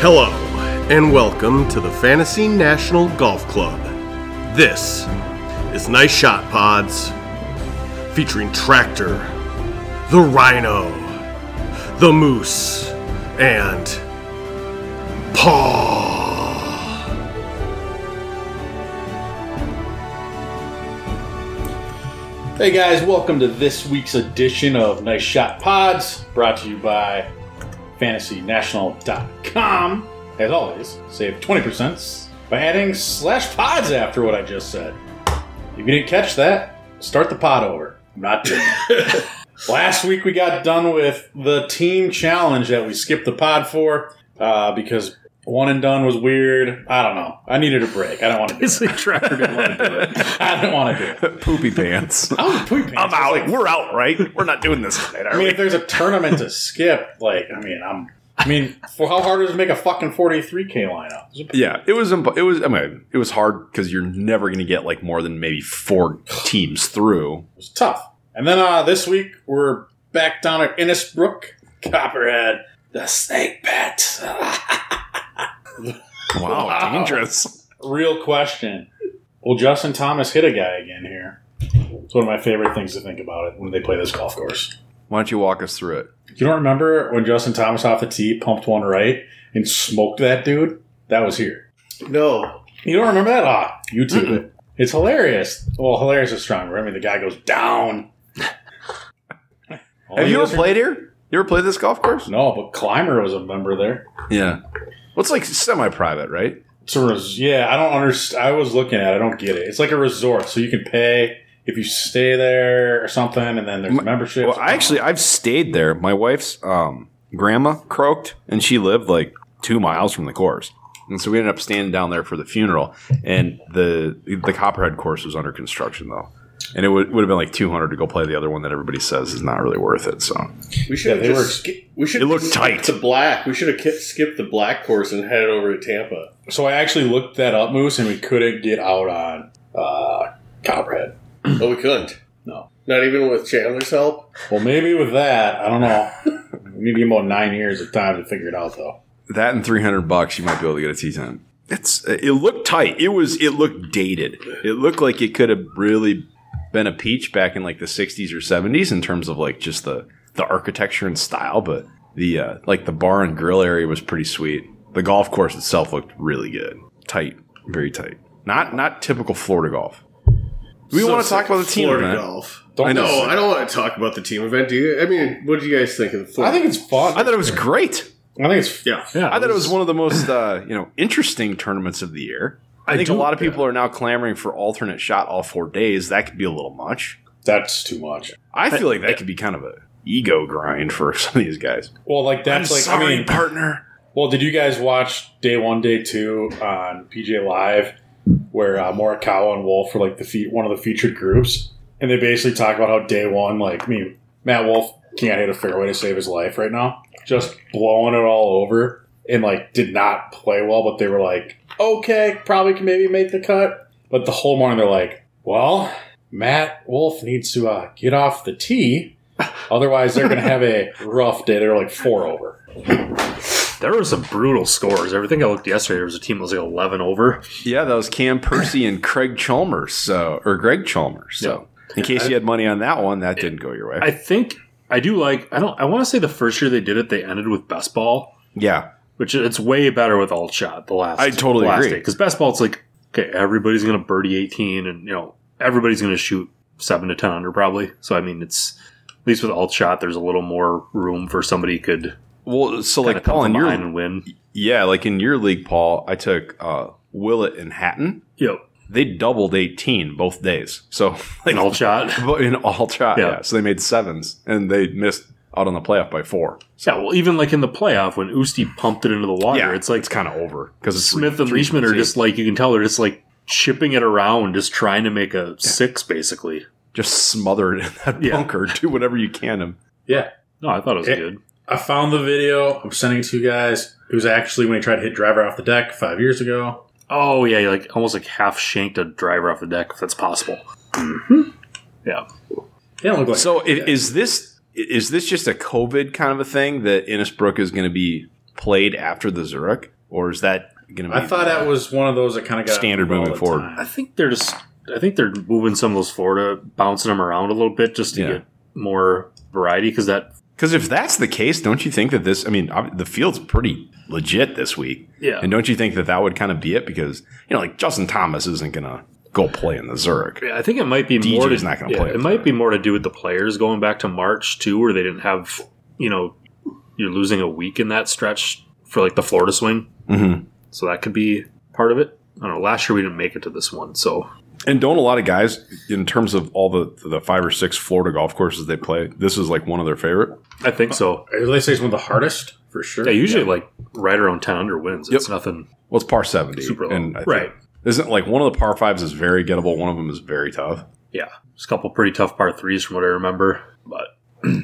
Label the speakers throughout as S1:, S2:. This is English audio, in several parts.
S1: Hello, and welcome to the Fantasy National Golf Club. This is Nice Shot Pods, featuring Tractor, the Rhino, the Moose, and Paw.
S2: Hey guys, welcome to this week's edition of Nice Shot Pods, brought to you by FantasyNational.com. As always, save 20% by adding slash pods after what I just said. If you didn't catch that, start the pod over. I'm not doing it. Last week we got done with the team challenge that we skipped the pod for uh, because one and done was weird. I don't know. I needed a break. I don't want to do it.
S3: Basically, Trevor didn't want to do it.
S2: I don't want to do it.
S3: Poopy pants.
S2: I was pooping.
S3: I'm
S2: I was
S3: out.
S2: like,
S3: We're out, right? We're not doing this tonight,
S2: I
S3: are
S2: mean,
S3: we?
S2: if there's a tournament to skip, like, I mean, I'm. I mean, for how hard is it to make a fucking 43k lineup?
S3: Yeah, it was. Imp- it was. I mean, it was hard because you're never going to get like more than maybe four teams through.
S2: It was tough. And then uh, this week we're back down at Innisbrook, Copperhead, the Snake Pit.
S3: Wow,
S2: Wow.
S3: dangerous.
S2: Real question: Will Justin Thomas hit a guy again here? It's one of my favorite things to think about it when they play this golf course.
S3: Why don't you walk us through it?
S2: You don't remember when Justin Thomas off the tee pumped one right and smoked that dude? That was here.
S1: No,
S2: You don't remember that? Ah, YouTube it. It's hilarious. Well, hilarious is strong. word. I mean, the guy goes down.
S3: Have you ever played here? You ever played this golf course?
S2: No, but Climber was a member there.
S3: Yeah. Well, it's like semi-private, right?
S2: It's a res- yeah. I don't understand. I was looking at. it. I don't get it. It's like a resort, so you can pay if you stay there or something, and then there's
S3: My-
S2: membership.
S3: Well, I actually I've stayed there. My wife's um, grandma croaked, and she lived like two miles from the course, and so we ended up standing down there for the funeral. And the the Copperhead course was under construction though, and it would, would have been like two hundred to go play the other one that everybody says is not really worth it. So
S4: We should
S2: they
S4: have
S2: were-
S4: just ski- we should
S3: It looked tight.
S4: the black. We should have ki- skipped the black course and headed over to Tampa.
S2: so I actually looked that up, Moose, and we couldn't get out on uh, Copperhead.
S4: But we couldn't.
S2: No.
S4: Not even with Chandler's help.
S2: Well, maybe with that, I don't know. maybe about nine years of time to figure it out, though.
S3: that and three hundred bucks, you might be able to get a tee time. It's it looked tight. It was it looked dated. It looked like it could have really been a peach back in like the sixties or seventies in terms of like just the the architecture and style, but the uh, like the bar and grill area was pretty sweet. The golf course itself looked really good, tight, very tight. Not not typical Florida golf. Do we
S4: So
S3: want to talk
S4: sick of
S3: about the team
S4: Florida
S3: event?
S4: golf.
S2: Don't
S3: I know.
S4: No, I don't want to talk about the team event. Do you? I mean, what do you guys think of the
S2: I
S4: Florida?
S2: think it's fun.
S3: I thought it was great.
S2: I think it's
S4: yeah.
S3: I thought it was one of the most uh, you know interesting tournaments of the year. I,
S5: I
S3: think a
S5: do-
S3: lot of people are now clamoring for alternate shot all four days. That could be a little much.
S2: that's too much.
S3: I feel like that could be kind of a ego grind for some of these guys.
S2: Well, like that's
S3: I'm
S2: like I mean,
S3: partner.
S2: well, did you guys watch day one, day two on PJ Live where uh, Morikawa and Wolf were like the fe- one of the featured groups, and they basically talk about how day one, like I mean, Matt Wolf can't hit a fairway to save his life right now, just blowing it all over, and like did not play well, but they were like, okay, probably can maybe make the cut, but the whole morning they're like, well, Matt Wolf needs to uh, get off the tee. Otherwise, they're going to have a rough day. They're like four over.
S5: There were some brutal scores. Everything I looked yesterday, there was a team that was like eleven over.
S3: Yeah, that was Cam Percy and Craig Chalmers, so or Greg Chalmers. So in case you had money on that one, that didn't go your way.
S5: I think I do like. I don't. I want to say the first year they did it, they ended with best ball,
S3: yeah,
S5: which it's way better with alt shot. The last
S3: I totally agree.
S5: because best ball, it's like okay, everybody's gonna birdie eighteen, and you know everybody's gonna shoot seven to ten under probably. So I mean, it's at least with alt shot, there's a little more room for somebody could
S3: Well, so
S5: like
S3: like
S5: come
S3: Paul,
S5: from
S3: in
S5: behind
S3: your
S5: and win.
S3: yeah, like in your league, Paul, I took uh, Willett and Hatton.
S5: Yep,
S3: They doubled eighteen both days. So like
S5: an alt shot.
S3: But in all shot,
S5: Yeah.
S3: yeah. So they made sevens and they missed out on the playoff by four.
S5: Yeah, well, even like in the playoff when Usti pumped it into the water, it's like
S3: it's kind of over because it's
S5: Smith and Leishman are just like you can tell they're just like chipping it around, just trying to make a six basically.
S3: just smothered in that
S5: Yeah.
S3: bunker. Do whatever you can. to-
S5: No, I thought it was
S2: Yeah.
S5: good.
S2: I found the video. I'm sending it to you guys. It was actually when he tried to hit driver off the deck five years ago.
S5: Oh yeah, you, like almost like half shanked a driver off the deck if that's possible.
S2: It don't look like
S3: So i- is this is this just a COVID kind of a thing that Innisbrook is going to be played after the Zurich, or is that going to be?
S2: I thought that was one of those that kind of got
S3: Standard moving
S2: all the
S3: forward.
S2: time.
S5: I think they're just. I think they're moving some of those Florida, bouncing them around a little bit just to
S3: Yeah.
S5: get more variety because that.
S3: Because if that's the case, don't you think that this? I mean, ob- the field's pretty legit this week,
S5: Yeah.
S3: and don't you think that that would kind of be it? Because you know, like Justin Thomas isn't going to go play in the Zurich.
S5: I think it might be
S3: DJ
S5: more.
S3: is
S5: To,
S3: not gonna
S5: yeah,
S3: play
S5: It
S3: with
S5: might be more to do with the players going back to March too, where they didn't have. You know, you're losing a week in that stretch for like the Florida swing,
S3: Mm-hmm.
S5: so that could be part of it. I don't know. Last year we didn't make it to this one, so
S3: And don't a lot of guys, in terms of all the the five or six Florida golf courses they play, this is like one of their favorite.
S5: I think so.
S2: They say it's one of the hardest for sure.
S5: Yeah, usually like right around ten under wins. It's nothing
S3: Well, it's par seventy,
S5: super low.
S3: and I think-
S5: right.
S3: Isn't like one of the par fives is very gettable. One of them is very tough.
S5: Yeah, just a couple pretty tough par threes from what I remember. But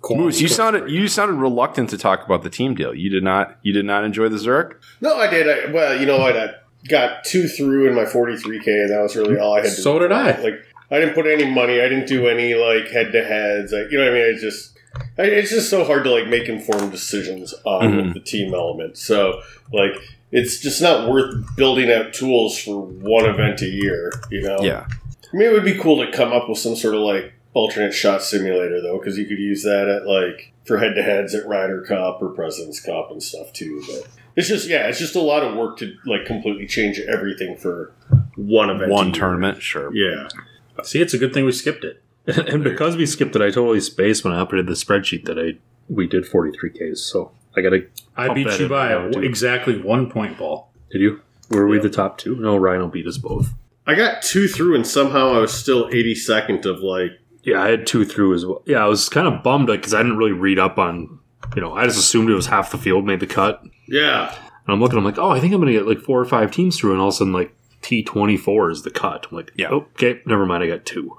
S2: Quality
S3: Moose, you
S2: course
S3: sounded
S2: for-
S3: you sounded reluctant to talk about the team deal. You did not you did not enjoy the Zurich.
S1: No, I did. I, well, you know what? I got two through in my 43K, and that was really all I had to
S2: So did I.
S1: Like, I didn't put any money. I didn't do any, like, head to heads. Like, you know what I mean? It's just. I- It's just so hard to like make informed decisions on
S3: Mhm.
S1: the team element. So like, it's just not worth building out tools for one event a year. You know,
S3: Yeah,
S1: I mean, it would be cool to come up with some sort of like alternate shot simulator though, because you could use that at like for head to heads at Ryder Cup or Presidents Cup and stuff too. But it's just yeah, it's just a lot of work to like completely change everything for one event,
S3: one
S1: a year.
S3: tournament, sure.
S1: Yeah,
S2: See, it's a good thing we skipped it.
S5: and because we skipped it, I totally spaced when I updated the spreadsheet that I we did forty three Ks. So I gotta.
S2: I
S5: I'll
S2: beat
S5: bet
S2: you
S5: it
S2: by
S5: now, dude.
S2: exactly one point ball.
S5: Did you? Were we the top two? No, Rhino beat us both.
S1: I got two through, and somehow I was still eighty second of like
S5: Yeah, I had two through as well. Yeah, I was kind of bummed because I didn't really read up on. You know, I just assumed it was half the field made the cut, and
S1: yeah.
S5: I'm looking. I'm like, oh, I think I'm gonna get like four or five teams through, and all of a sudden, like T twenty four is the cut. I'm like, oh,
S3: Yeah.
S5: okay, never mind. I got two.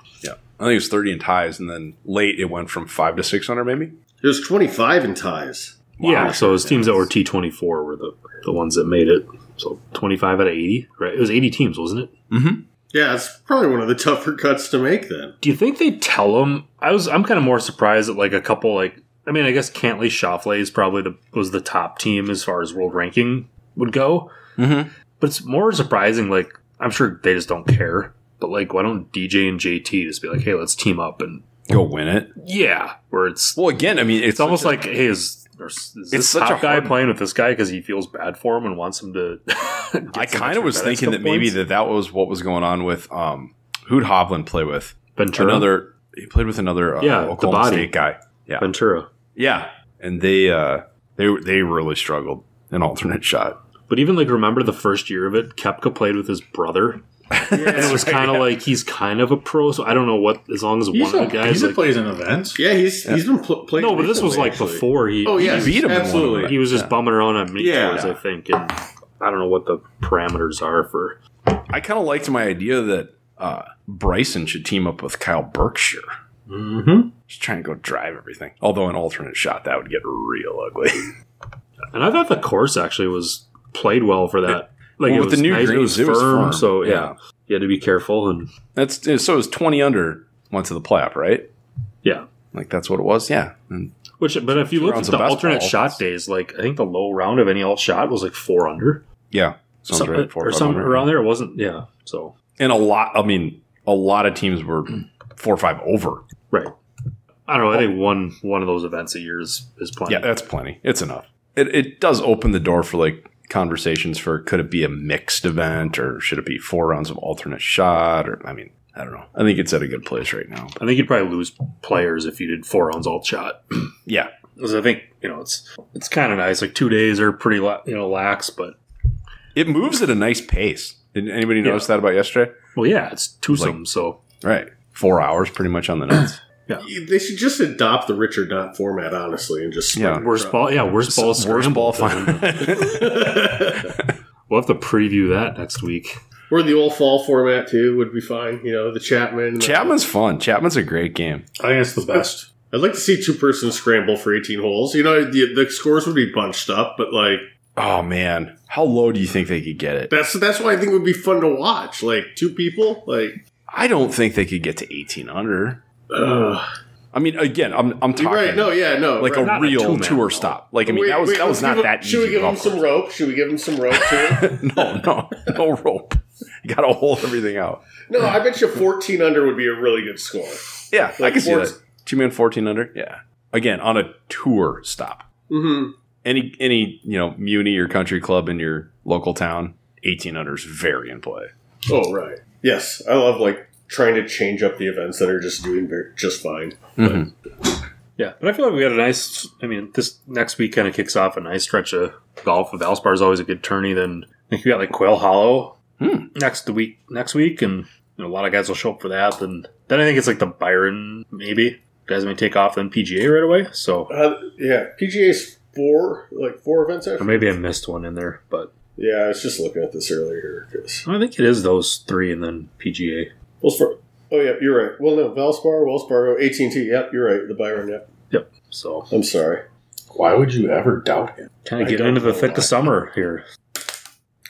S3: I think it was thirty in ties, and then late it went from five to six hundred, maybe.
S1: There's twenty five in ties.
S5: Yeah, so it was teams that were T twenty four were the the ones that made it. So twenty five out of eighty, right? It was eighty teams, wasn't it?
S3: Mm-hmm.
S1: Yeah, it's probably one of the tougher cuts to make then.
S5: Do you think they tell them? I was I'm kind of more surprised at like a couple like I mean I guess Cantley Shoffley is probably the was the top team as far as world ranking would go,
S3: Mm-hmm.
S5: but it's more surprising like I'm sure they just don't care. But like, why don't DJ and JT just be like, hey, let's team up and
S3: Go win it.
S5: yeah, where it's
S3: Well, again, I mean, it's,
S5: it's almost
S3: such
S5: like hey is, is this
S3: It's such
S5: top
S3: a
S5: guy
S3: hard-
S5: playing with this guy because he feels bad for him and wants him to
S3: a- I kind of was thinking that maybe that that was what was going on with um, who'd Hovland play with?
S5: Ventura
S3: Another he played with another uh,
S5: Yeah, the
S3: Oklahoma
S5: body.
S3: State guy. Yeah,
S5: Ventura
S3: yeah, and they uh, they they really struggled an alternate shot.
S5: but even like remember the first year of it Kepka played with his brother and it was kind of like he's kind of a pro so I don't know what as long as
S2: He's
S5: one of
S2: a,
S5: the guys
S2: he's a
S5: like-
S2: plays in events.
S1: Yeah, he's he's been pl- playing.
S5: no but this was
S1: recently,
S5: like
S1: actually.
S5: before he
S1: Oh yeah,
S3: He beat him in one of
S1: absolutely.
S5: he was just bumming around on mini
S1: Yeah.
S5: tours I think and I don't know what the parameters are for
S3: I kind of liked my idea that uh, Bryson should team up with Kyle Berkshire.
S2: Mm-hmm.
S3: Just try and go drive everything. Although an alternate shot that would get real ugly.
S5: and I thought the course actually was played well for that like
S3: Well,
S5: it
S3: with
S5: was
S3: the new
S5: nice, it
S3: greens,
S5: was firm, so yeah. you had to be careful and
S3: That's so it was twenty under went to the playoff, right?
S5: Yeah.
S3: Like that's what it was, yeah. And
S5: Which, but if you look at
S3: rounds
S5: the
S3: of best
S5: alternate
S3: balls.
S5: shot days, like I think the low round of any alt shot was like four under,
S3: yeah. Sounds
S5: Some-
S3: right. four
S5: uh, or
S3: five
S5: some
S3: under.
S5: around there. It wasn't, yeah. So
S3: And a lot I mean, a lot of teams were four or five over.
S5: I don't know. I think one one of those events a year is is plenty.
S3: Yeah, that's plenty. It's enough. It it does open the door for like conversations for could it be a mixed event or should it be four rounds of alternate shot or I mean, I don't know. I think it's at a good place right now.
S5: I think you'd probably lose players if you did four rounds alt shot.
S3: Yeah.
S5: 'Cause I think you know it's it's kind of nice. Like two days are pretty la- you know lax, but
S3: It moves at a nice pace. Did anybody
S5: Yeah.
S3: notice that about yesterday?
S5: well, yeah, it's twosome. so
S3: Right. Four hours pretty much on the nuts.
S1: They should just adopt the Richard Dot format, honestly, and just
S3: yeah.
S5: worst ball, yeah, worst ball,
S3: uh, Worst ball
S5: scramble.
S3: final.
S5: We'll have to preview that next week.
S1: or the old fall format too would be fine. You know, the Chapman.
S3: Chapman's fun. Chapman's a great game.
S2: I think it's the best.
S1: I'd like to see two person scramble for eighteen holes. You know, the, the scores would be bunched up, but like
S3: Oh man, how low do you think they could get it?
S1: that's that's why I think it would be fun to watch. Like two people, like
S3: I don't think they could get to eighteen under.
S1: ugh.
S3: I mean, again, I'm I'm talking
S4: You're right. No, yeah, no.
S3: like
S4: right.
S5: Not
S3: a
S5: a
S3: real
S5: two-man
S3: tour
S5: roll.
S3: stop. Like I mean, that was
S4: Wait, wait,
S3: that was
S4: let's
S3: not
S4: give him-
S3: that.
S4: Should we
S3: easy
S4: give him
S3: golf
S4: some
S3: course.
S4: rope? Should we give him some rope too?
S3: no, no, no rope. You got to hold everything out.
S4: no, I bet you 14 under would be a really good score.
S3: Yeah, I
S4: Like
S3: can see
S4: four-
S3: that. Two man fourteen under. Yeah, again on a tour stop.
S4: Mm-hmm.
S3: Any any you know muni or country club in your local town, eighteen under is very in play.
S4: Oh, right. Yes, I love like trying to change up the events that are just doing very, just fine.
S5: Mm-hmm. Yeah, but I feel like we got a nice. I mean, this next week kind of kicks off a nice stretch of golf. With Valspar is always a good tourney. Then I think we got like Quail Hollow
S3: Hmm.
S5: next the week next week, and you know, a lot of guys will show up for that. Then then I think it's like the Byron maybe guys may take off then PGA right away. So
S4: Uh, yeah, PGA's four, like four events
S5: or
S4: after.
S5: maybe I missed one in there, but
S4: Yeah, I was just looking at this earlier. 'cause-
S5: I think it is those three and then PGA.
S4: Wells Fargo. Oh, yeah, you're right. Well, no, Valspar, Wells Fargo, AT&T. Yep, you're right. The Byron. Yep.
S5: Yep. So
S4: I'm sorry.
S2: Why would you ever doubt him?
S5: kind
S4: I
S5: of getting
S4: don't
S5: into the
S4: know
S5: thick
S4: why.
S5: of summer here.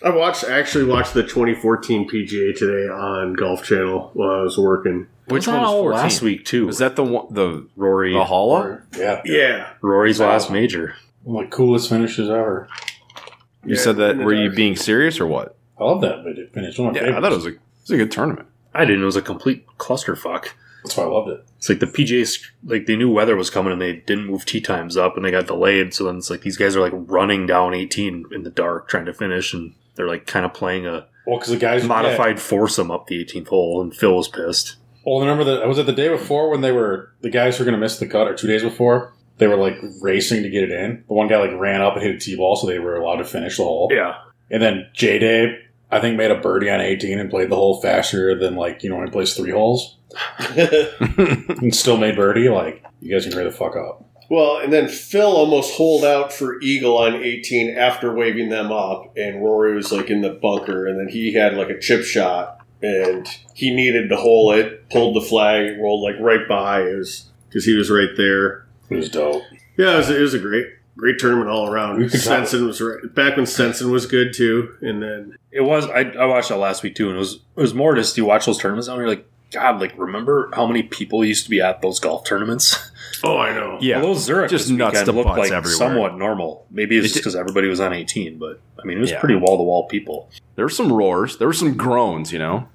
S1: I watched I actually watched the 2014 PGA today on Golf Channel while I was working.
S3: Which
S5: Was that
S3: one was
S5: all
S3: 14?
S5: last week too?
S3: Was that the one the
S5: Rory
S3: the Hala?
S2: Yeah.
S1: Yeah,
S5: Rory's last major?
S2: One of the coolest finishes ever.
S3: You said that. Were you being serious or what?
S2: I love that vid- finish. One of my
S3: Yeah, I
S2: favorites.
S3: thought it was a it was a good tournament.
S5: I didn't. know It was a complete clusterfuck.
S2: That's why I loved it.
S5: It's like the PGA, sc- like they knew weather was coming and they didn't move tee times up and they got delayed. So then it's like these guys are like running down 18 in the dark trying to finish and they're like kind of playing a
S2: Well, because the guys
S5: modified foursome up the 18th hole and Phil was pissed.
S2: Well, remember that was it the day before when they were the guys who were going to miss the cut, or two days before they were like racing to get it in. The one guy like ran up and hit a tee ball, so they were allowed to finish the hole.
S5: Yeah.
S2: And then J Day, I think, made a birdie on eighteen and played the hole faster than like you know when he plays three holes and still made birdie. Like you guys can hurry the fuck up.
S4: well, and then Phil almost holed out for Eagle on 18 after waving them up, and Rory was like in the bunker, and then he had like a chip shot, and he needed to hole it, pulled the flag, rolled like right by, it was because he was right there.
S2: It was dope.
S1: yeah, it was, it was a great great tournament all around.
S2: We could tell.
S1: Stenson was right, back when Stenson was good too, and then
S5: It was, I, I watched that last week too and it was, it was more just you watch those tournaments and you're like, God, like remember how many people used to be at those golf tournaments?
S1: oh, I know.
S3: Yeah,
S5: Although Zurich
S3: Just
S5: this
S3: nuts
S5: weekend
S3: to
S5: looked
S3: butts
S5: like
S3: everywhere.
S5: somewhat normal. Maybe it's
S3: It
S5: just
S3: did-
S5: because everybody was on 18, but I mean, it was
S3: Yeah.
S5: pretty wall to wall people.
S3: there were some roars. There were some groans. You know.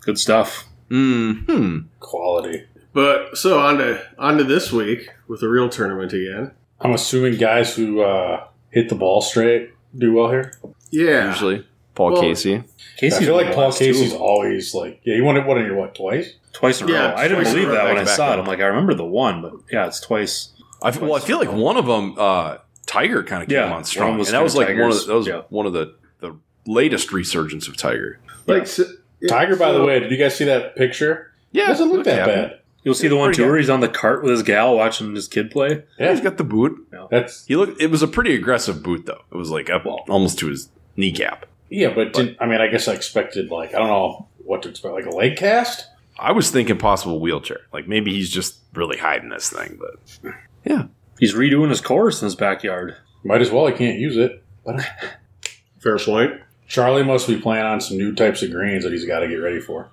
S5: Good stuff.
S3: Mm, hmm.
S2: Quality.
S1: But so on to on to this week with a real tournament again.
S2: I'm assuming guys who uh, hit the ball straight do well here.
S1: Yeah,
S3: Usually, Paul
S1: Well,
S3: Casey.
S5: Casey's
S2: I feel
S5: one of
S2: like
S5: the
S2: Paul
S5: last two.
S2: Casey's always like, yeah, you won it. What in your what twice?
S5: Twice in a
S1: Yeah,
S5: row. I didn't
S1: twice in a
S5: believe
S1: row,
S5: that
S1: back
S5: when I
S3: to back
S5: saw
S3: to
S5: it. I'm like, I remember the one, but yeah, it's twice.
S3: I f well, I feel like one of them, uh, Tiger, kind of came
S5: Yeah,
S3: on strong,
S5: one
S3: and
S5: was
S3: that was like
S5: kinda
S3: one of
S5: Tiger's-
S3: the, that was
S5: yeah.
S3: one of the the latest resurgence of Tiger.
S1: Like so-
S2: Tiger, by
S1: so-
S2: the way, did you guys see that picture?
S3: Yeah,
S2: doesn't look that
S3: happy.
S2: bad.
S5: You'll see the one too where he's on the cart with his gal watching his kid play.
S3: Yeah,
S2: Yeah.
S3: he's got the boot.
S2: That's
S3: He looked. It was a pretty aggressive boot, though. It was like up almost to his kneecap.
S2: Yeah, but, did, I mean, I guess I expected like I don't know what to expect, like a leg cast.
S3: I was thinking possible wheelchair. Like maybe he's just really hiding this thing, but
S5: He's redoing his course in his backyard.
S2: Might as well. I can't use it.
S1: fair point.
S2: Charlie must be playing on some new types of greens that he's got to get ready for.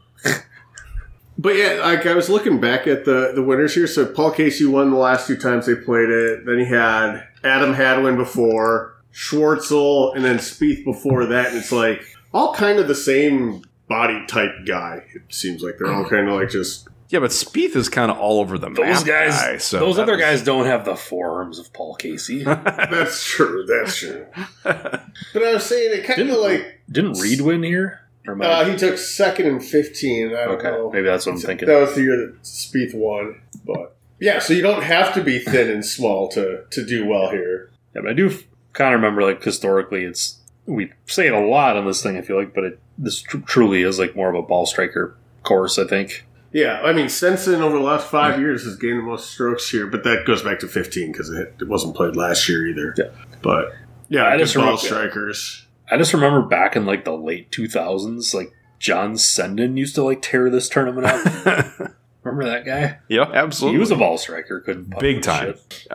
S1: But yeah, like I was looking back at the the winners here. So Paul Casey won the last two times they played it. Then he had Adam Hadwin before Schwartzel, and then Spieth before that. And it's like all kind of the same body type guy. It seems like they're
S5: Mm.
S1: all kind of like just
S3: yeah. But Spieth is kind of all over the map.
S5: Those guys,
S3: guy, so
S5: those
S3: that
S5: other
S3: was-
S5: guys don't have the forearms of Paul Casey.
S1: that's true. That's true. But I was saying it kind of
S5: Didn't-
S1: like
S5: Didn't Reed win here? Or am I-
S1: uh, he took second and fifteen. I don't
S5: okay,
S1: know.
S5: maybe that's what I'm thinking.
S4: That was the year that Spieth won, but yeah. So you don't have to be thin and small to to do well here.
S5: Yeah, but I do kind of remember, like historically, it's we say it a lot on this thing. I feel like, but it this tr- truly is like more of a ball striker course. I think.
S1: Yeah, I mean, Sensen over the last five years has gained the most strokes here, but that goes back to 15 because it, it wasn't played last year either.
S5: Yeah.
S1: But yeah,
S5: I
S1: I
S5: just
S1: just ball
S5: remember-
S1: strikers.
S5: I just remember back in like the late 2000s, like John Senden used to like tear this tournament up. remember that guy?
S3: yeah,
S5: He
S3: absolutely.
S5: was a ball striker, couldn't putt
S3: Big
S5: for
S3: time.
S5: shit.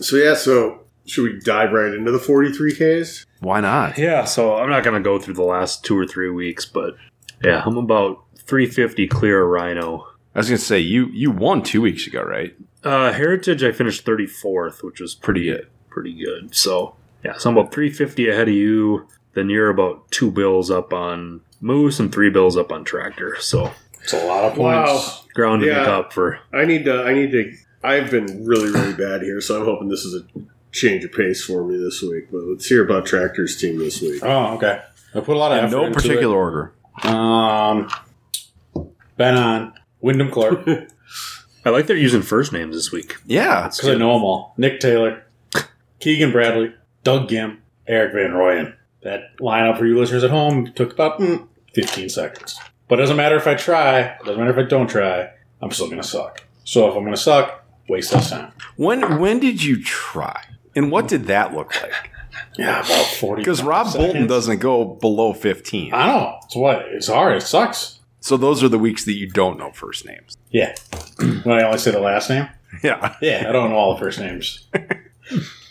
S1: So yeah, so should we dive right into the 43Ks?
S3: Why not?
S5: Yeah, so I'm not gonna go through the last two or three weeks, but yeah, I'm about 350 clear of Rhino.
S3: I was gonna say you you won two weeks ago, right?
S5: Uh, Heritage, I finished 34th, which was pretty uh,
S3: Pretty good.
S5: pretty good. So yeah, so I'm about 350 ahead of you. Then you're about two bills up on Moose and three bills up on Tractor. So
S2: It's a lot of
S1: Wow.
S2: points.
S5: ground to make
S1: Yeah.
S5: up for.
S1: I need to. I need to. I've been really, really bad here, so I'm hoping this is a change of pace for me this week. But let's hear about Tractor's team this week.
S2: Oh, okay. I put a lot of
S3: In
S2: effort
S3: no
S2: into
S3: particular order.
S2: It. Um, been on Wyndham Clark because
S5: I like they're using first names this week.
S3: Yeah.
S2: I know them all. Nick Taylor, Keegan Bradley, Doug Gim, Eric Van Royen. That lineup for you listeners at home took about mm, 15 seconds. But it doesn't matter if I try. It doesn't matter if I don't try. I'm still gonna suck. So if I'm gonna suck, waste less time.
S3: When when did you try? And what did that look like?
S2: Yeah, about 40.
S3: Because Rob
S2: seconds.
S3: Bolton doesn't go below fifteen.
S2: I know. It's what it's hard. It sucks.
S3: So those are the weeks that you don't know first names.
S2: Yeah. when I only say the last name.
S3: Yeah.
S2: Yeah, I don't know all the first names.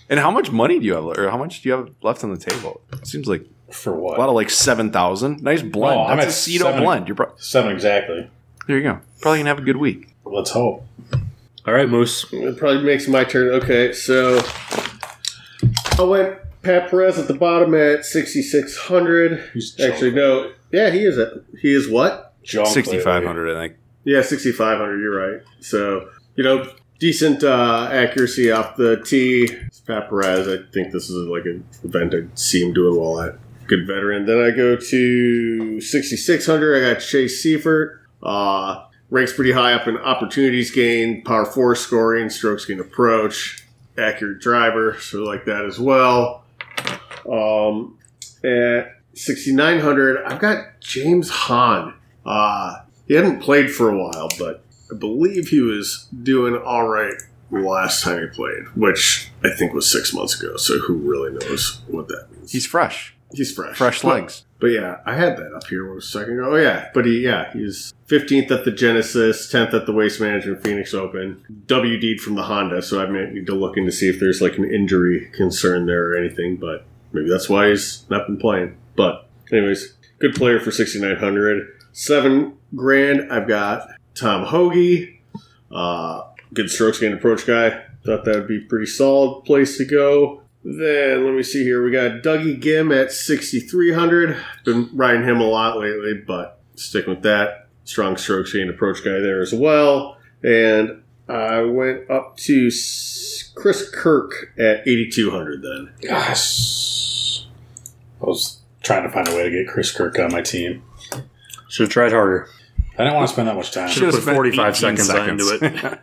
S3: And how much money do you have, or how much do you have left on the table? Seems like
S2: For
S3: a
S2: what?
S3: lot of like seven thousand. Nice blend.
S2: Oh, I'm
S3: That's a
S2: at
S3: Cedo
S2: seven.
S3: blend. You're pro-
S2: Seven exactly.
S3: there. You go. Probably gonna have a good week.
S2: Let's hope.
S5: All right, Moose.
S1: It probably makes my turn. Okay, so I went Pat Perez at the bottom at 6600.
S2: He's
S1: Actually, no. Yeah, he is. A, he is what?
S2: junk,
S3: Sixty five hundred, I think.
S1: Yeah, 6500. You're right. So you know, decent uh, accuracy off the tee. It's Pat Perez. I think this is like an event I see him doing well at. Good veteran. Then I go to 6600. I got Chase Seifert. Uh, ranks pretty high up in opportunities gained, power four scoring, strokes gained approach, accurate driver, so like that as well. Um, at 6,900, I've got James Hahn. Uh, he hadn't played for a while, but I believe he was doing all right the last time he played, which I think was six months ago, so who really knows what that means.
S3: He's fresh,
S1: He's fresh.
S3: fresh
S1: But-
S3: legs.
S1: but yeah, I had that up here a second ago. Oh yeah, but he yeah he's 15th at the Genesis, 10th at the Waste Management Phoenix Open, WD'd from the Honda. So I may need to look in to see if there's like an injury concern there or anything. But maybe that's why he's not been playing. But anyways, good player for 6,900, seven grand. I've got Tom Hoagie, uh, good strokes gained approach guy. Thought that would be a pretty solid place to go. Then let me see here. We got Dougie Gim at 6,300. Been riding him a lot lately, but sticking with that. Strong strokes gained approach guy there as well. And I went up to S- Chris Kirk at 8,200 then.
S2: Yes. I was trying to find a way to get Chris Kirk on my team.
S5: Should have tried harder.
S2: I didn't want to spend that much time.
S5: Should've put 45 seconds
S3: into it.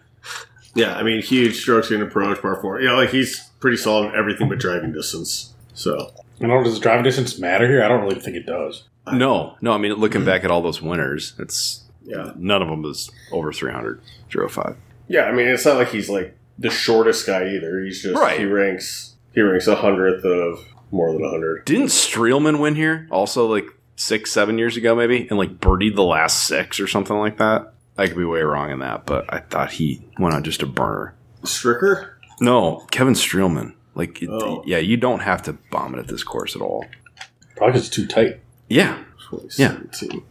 S1: Yeah, I mean, huge strokes gained approach, par four. Yeah, like he's pretty solid in everything but driving distance. So,
S2: I don't know, does driving distance matter here? I don't really think it does.
S3: no, no. I mean, looking back at all those winners, it's
S1: yeah.
S3: none of them is over 300, 305.
S1: Yeah, I mean, it's not like he's like the shortest guy either. He's just,
S3: Right.
S1: he ranks, he ranks a hundredth of more than a hundred.
S3: Didn't Streelman win here? Also, like six, seven years ago, maybe, and like birdied the last six or something like that. I could be way wrong in that, but I thought he went on just a burner.
S1: Stricker?
S3: No, Kevin Streelman. Like, it-
S1: Oh.
S3: yeah, you don't have to bomb it at this course at all.
S2: Probably because it's too tight.
S3: Yeah. Yeah.
S1: 2017.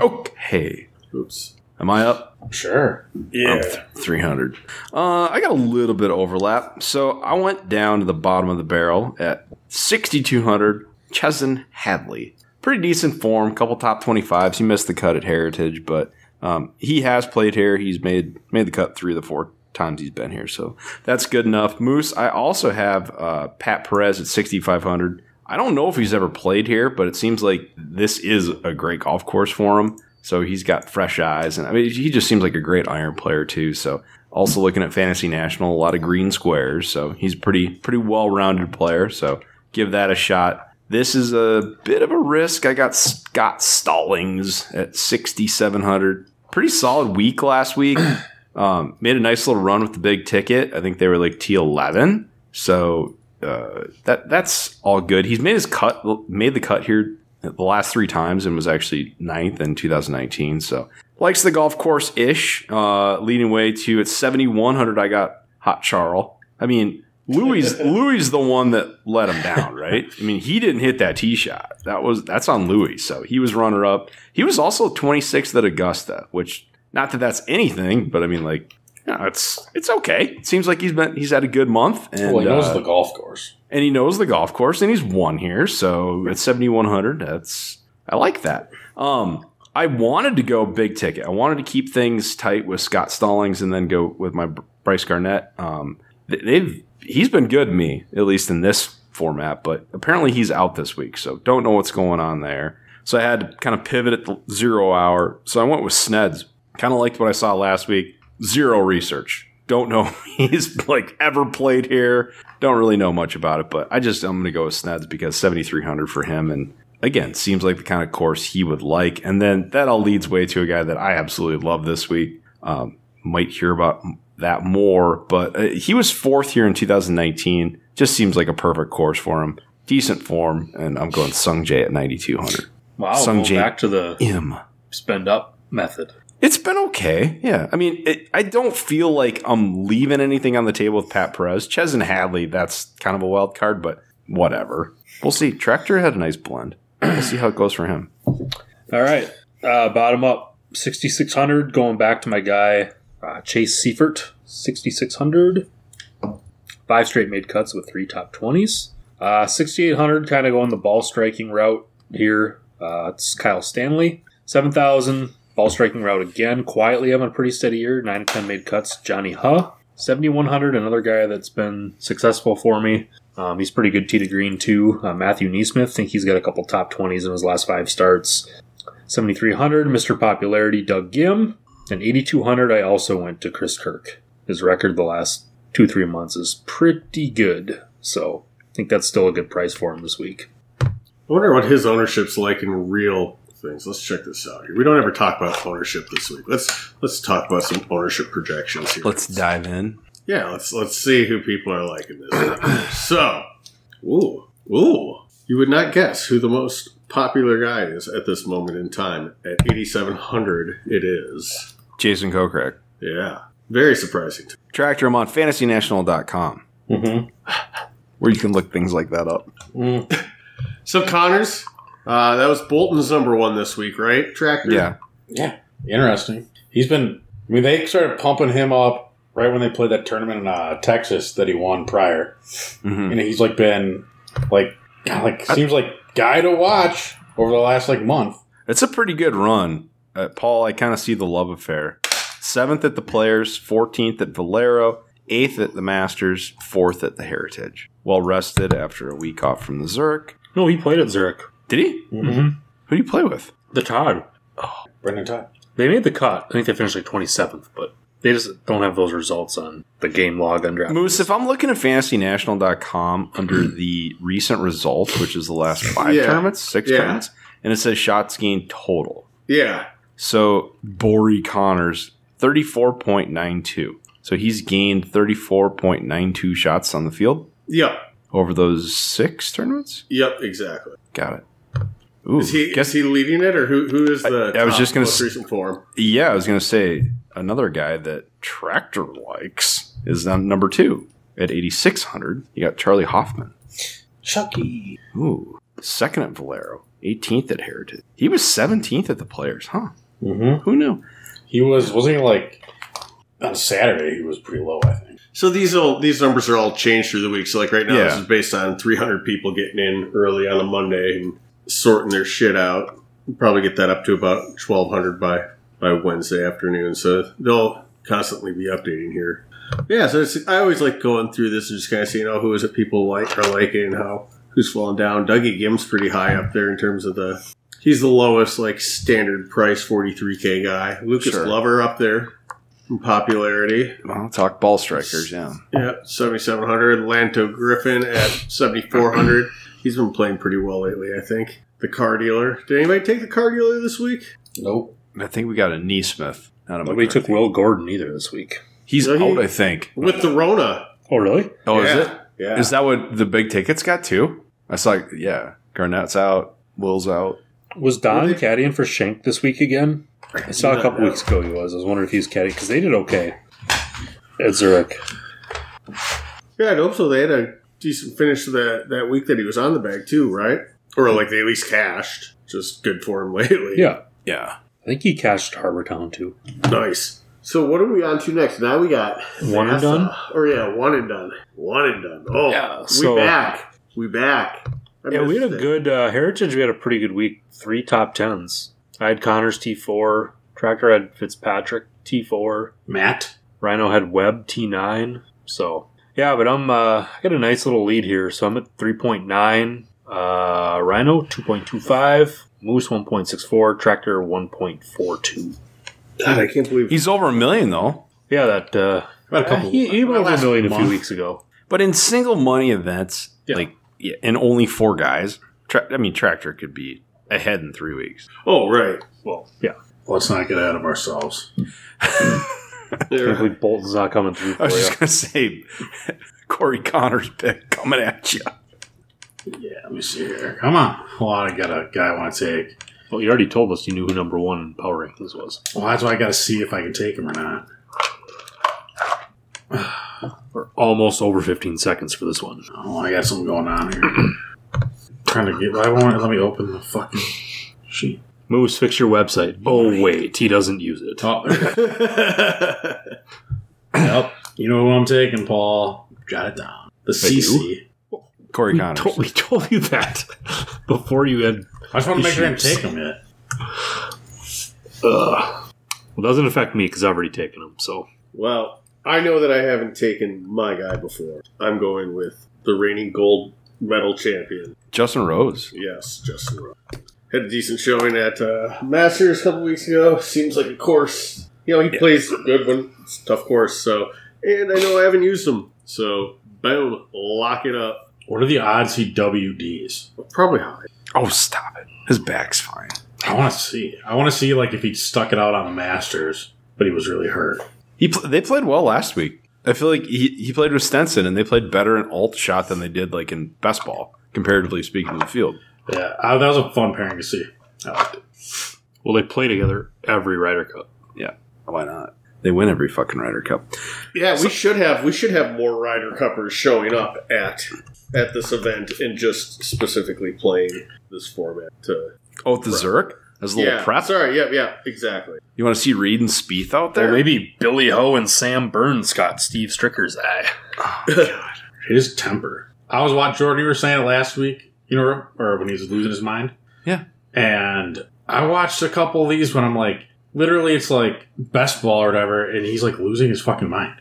S3: Okay.
S1: Oh. Oops.
S3: Am I up?
S2: Sure.
S3: I'm th- 300. Uh, I got a little bit of overlap. So I went down to the bottom of the barrel at 6,200, Chesson Hadley. Pretty decent form, couple top 25s. He missed the cut at Heritage, but um, he has played here. He's made made the cut three of the four times he's been here. So that's good enough. Moose, I also have uh, Pat Perez at 6,500. I don't know if he's ever played here, but it seems like this is a great golf course for him. So he's got fresh eyes, and I mean, he just seems like a great iron player too. So also looking at Fantasy National, a lot of green squares. So he's a pretty pretty well rounded player. So give that a shot. This is a bit of a risk. I got Scott Stallings at sixty seven hundred. Pretty solid week last week. Um, made a nice little run with the big ticket. I think they were like T eleven. So uh, that that's all good. He's made his cut, made the cut here the last three times, and was actually ninth in 2019. So likes the golf course ish. Uh, leading way to at 7100. I got Hot Charl. I mean, Louis Louis is the one that let him down, right? I mean, he didn't hit that tee shot. That was that's on Louis. So he was runner up. He was also 26th at Augusta, which Not that that's anything, but I mean, like, yeah, it's it's okay. It seems like he's been he's had a good month, and
S2: well, he knows
S3: uh,
S2: the golf course.
S3: and he knows the golf course, and he's won here. So at seventy one hundred, that's I like that. Um, I wanted to go big ticket. I wanted to keep things tight with Scott Stallings, and then go with my Br- Bryce Garnett. Um, th- they've he's been good to me at least in this format, but apparently he's out this week, so don't know what's going on there. So I had to kind of pivot at the zero hour. So I went with Sneds. Kind of liked what I saw last week. Zero research. Don't know if he's like ever played here. Don't really know much about it, but I just I'm going to go with Sneds because 7300 for him and again, seems like the kind of course he would like. And then that all leads way to a guy that I absolutely love this week. Um, might hear about that more, but uh, he was fourth here in 2019. Just seems like a perfect course for him. Decent form, and I'm going Sung Jae at 9200.
S5: Wow,
S3: Sung
S5: going
S3: Jae.
S5: back to the
S3: Im.
S5: spend up method.
S3: It's been okay. Yeah. I mean, it, I don't feel like I'm leaving anything on the table with Pat Perez. Ches and Hadley, that's kind of a wild card, but whatever. We'll see. Tractor had a nice blend. We'll see how it goes for him.
S5: All right, uh, bottom up, sixty six hundred. Going back to my guy uh, Chase Seifert, sixty six hundred. Five straight made cuts with three top twenties. Uh, sixty eight hundred, kind of going the ball striking route here. Uh, it's Kyle Stanley, seven thousand ball striking route again. Quietly, having a pretty steady year. Nine to ten made cuts. Johnny Huh, seventy one hundred, another guy that's been successful for me. Um, he's pretty good tee to green too. Uh, Matthew Neesmith, think he's got a couple top twenties in his last five starts. 7,300, Mr. Popularity, Doug Gim. And 8,200, I also went to Chris Kirk. His record the last two, three months is pretty good. So I think that's still a good price for him this week.
S1: I wonder what his ownership's like in real things. Let's check this out here. We don't ever talk about ownership this week. Let's let's talk about some ownership projections here.
S3: Let's dive in.
S1: yeah, let's let's see who people are liking this. week. so, ooh, ooh, you would not guess who the most popular guy is at this moment in time. At eighty seven hundred, it is.
S3: Jason Kokrak.
S1: Yeah, very surprising. to me.
S3: Tractor, I'm on fantasynational.com
S2: Mm-hmm.
S3: where you can look things like that up.
S1: So Connors, uh, that was Bolton's number one this week, right? Tractor.
S3: Yeah.
S2: Yeah, interesting. He's been. I mean, they started pumping him up right when they played that tournament in uh, Texas that he won prior,
S3: hmm
S2: and he's like been like kind of like seems like guy to watch over the last like month.
S3: It's a pretty good run. Uh, Paul, I kind of see the love affair. Seventh at the Players, 14th at Valero, eighth at the Masters, fourth at the Heritage. Well rested after a week off from the Zurich.
S5: No, he played at Zurich.
S3: Did he?
S5: Mm-hmm.
S3: Who do you play with?
S5: The Todd.
S2: Brendan Todd.
S5: They made the cut. I think they finished like 27th, but they just don't have those results on the game log on draft.
S3: Moose, if I'm looking at fantasynational.com under the recent results, which is the last five
S1: Yeah.
S3: tournaments, six
S1: Yeah.
S3: tournaments, and it says shots gained total.
S1: Yeah.
S3: So Bori Connors, 34.92. So he's gained 34.92 shots on the field
S1: Yep.
S3: over those six tournaments?
S1: Yep. Exactly.
S3: Got it. Ooh,
S1: Is he
S3: guess
S1: is he leading it or who who is the
S3: I- I was
S1: top,
S3: just gonna
S1: most
S3: s-
S1: recent form?
S3: yeah, I was gonna say another guy that Tractor likes is on number two at eighty six hundred. You got Charlie Hoffman.
S2: Chucky.
S3: Ooh. Second at Valero, eighteenth at Heritage. He was seventeenth at the players, huh?
S2: Mm-hmm.
S3: Who knew?
S2: He was wasn't he like on Saturday? He was pretty low, I think.
S1: So these all these numbers are all changed through the week. So like right now, this
S3: Yeah.
S1: is based on 300 people getting in early on a Monday and sorting their shit out. We'll probably get that up to about 1200 by by Wednesday afternoon. So they'll constantly be updating here. Yeah, so it's, I always like going through this and just kind of seeing oh who is it people like are liking and how who's falling down. Dougie Gim's pretty high up there in terms of the he's the lowest like standard price 43k guy. Lucas
S3: Sure.
S1: Glover up there in popularity.
S3: Well, talk ball strikers, yeah.
S1: Yeah, 7,700. Lanto Griffin at 7,400. He's been playing pretty well lately, I think. The car dealer. Did anybody take the car dealer this week?
S2: Nope.
S3: I think we got a Neesmith. Not a
S5: Nobody took
S3: McCarthy.
S5: Will Gordon either this week.
S3: He's
S1: No, he-
S3: out, I think.
S1: With the Rona.
S5: Oh, really?
S3: Oh,
S1: yeah.
S3: is it?
S1: Yeah.
S3: Is that what the big tickets got too? I saw. Yeah, Garnett's out. Will's out.
S5: Was
S1: Were
S5: Don
S1: they-
S5: caddying for Shank this week again? I saw a couple weeks ago he was. I was wondering if he was caddying because they did okay at Zurich.
S1: yeah, I'd hope so. They had a decent finish to that, that week that he was on the bag, too, right? Or, like, they at least cashed. Just good for him lately.
S5: Yeah,
S3: Yeah,
S5: I think he cashed Harbor Town too.
S1: Nice. So what are we on to next? Now we got
S5: One and done?
S1: Or yeah, one and done. One and done. Oh,
S3: Yeah,
S1: we
S5: so-
S1: back. We back. I
S5: Yeah, we had
S1: missed
S5: a
S1: it.
S5: good uh, heritage. We had a pretty good week. Three top tens. I had Connors T four. Tractor had Fitzpatrick T four.
S2: Matt.
S5: Rhino had Webb T nine. So yeah, but I'm uh, I got a nice little lead here. So I'm at three point nine. Uh, Rhino two point two five. Moose one point six four. Tractor one point four two.
S1: God, I can't believe
S3: He's over a million though.
S5: Yeah, that uh,
S2: About a couple.
S5: he, he
S2: about
S5: went over a
S2: last
S5: million a few
S2: month.
S5: weeks ago.
S3: But in single money events,
S5: Yeah.
S3: like yeah, and only four guys. Tra- I mean, tractor could be ahead in three weeks.
S2: Oh right.
S5: Well, yeah,
S2: Let's not get ahead of ourselves.
S5: I
S1: there.
S5: believe Bolton's not coming through.
S3: I
S5: For
S3: was
S5: you.
S3: just gonna say, Corey Connor's pick coming at you.
S2: Yeah, let me see here. Come on. Hold on, I got a guy I want to take.
S5: Well, you already told us you knew who number one in power rankings was.
S2: Well, that's why I got to see if I can take him or not.
S5: We're almost over 15 seconds for this one.
S2: Oh, I got something going on here. Trying to get. I want. Let me open the fucking sheet.
S5: Moose, fix your website. Oh, wait, he doesn't use it.
S2: Oh, yep. You know who I'm taking, Paul. Jot it down. The
S5: you?
S2: CC.
S3: Corey
S5: we,
S3: Connors.
S5: told, we told you that before you had.
S2: I just want to make sure I didn't
S5: Issues.
S2: take him yet.
S5: Well, it doesn't affect me because I've already taken him. So,
S1: well, I know that I haven't taken my guy before. I'm going with the reigning gold medal champion.
S3: Justin Rose.
S1: Yes, Justin Rowe. Had a decent showing at uh, Masters a couple weeks ago. Seems like a course. You know, he plays a good one. It's a tough course, so and I know I haven't used him. So boom, lock it up.
S2: What are the odds he WDs?
S1: Probably high.
S3: Oh, stop it. His back's fine.
S2: I want to see. I want to see like if he stuck it out on the Masters, but he was really hurt.
S3: He pl- they played well last week. I feel like he, he played with Stenson and they played better in alt shot than they did like in best ball, comparatively speaking to the field.
S2: Yeah, I, that was a fun pairing to see. I liked it.
S5: well, they play together every Ryder Cup.
S3: Why not? They win every fucking Ryder Cup.
S1: Yeah, we should have we should have more Ryder Cuppers showing up at at this event and just specifically playing this format. To,
S3: Oh, the Zurich as a little
S1: yeah,
S3: prep.
S1: sorry, yeah, yeah, exactly.
S3: You want to see Reed and Spieth out there?
S5: maybe Billy Ho and Sam Burns got Steve Stricker's eye.
S2: His temper. I was watching Jordan. You were saying it last week. You know, or when he was losing his mind.
S3: Yeah.
S2: And I watched a couple of these when I'm like, literally, it's like best ball or whatever, and he's like losing his fucking mind.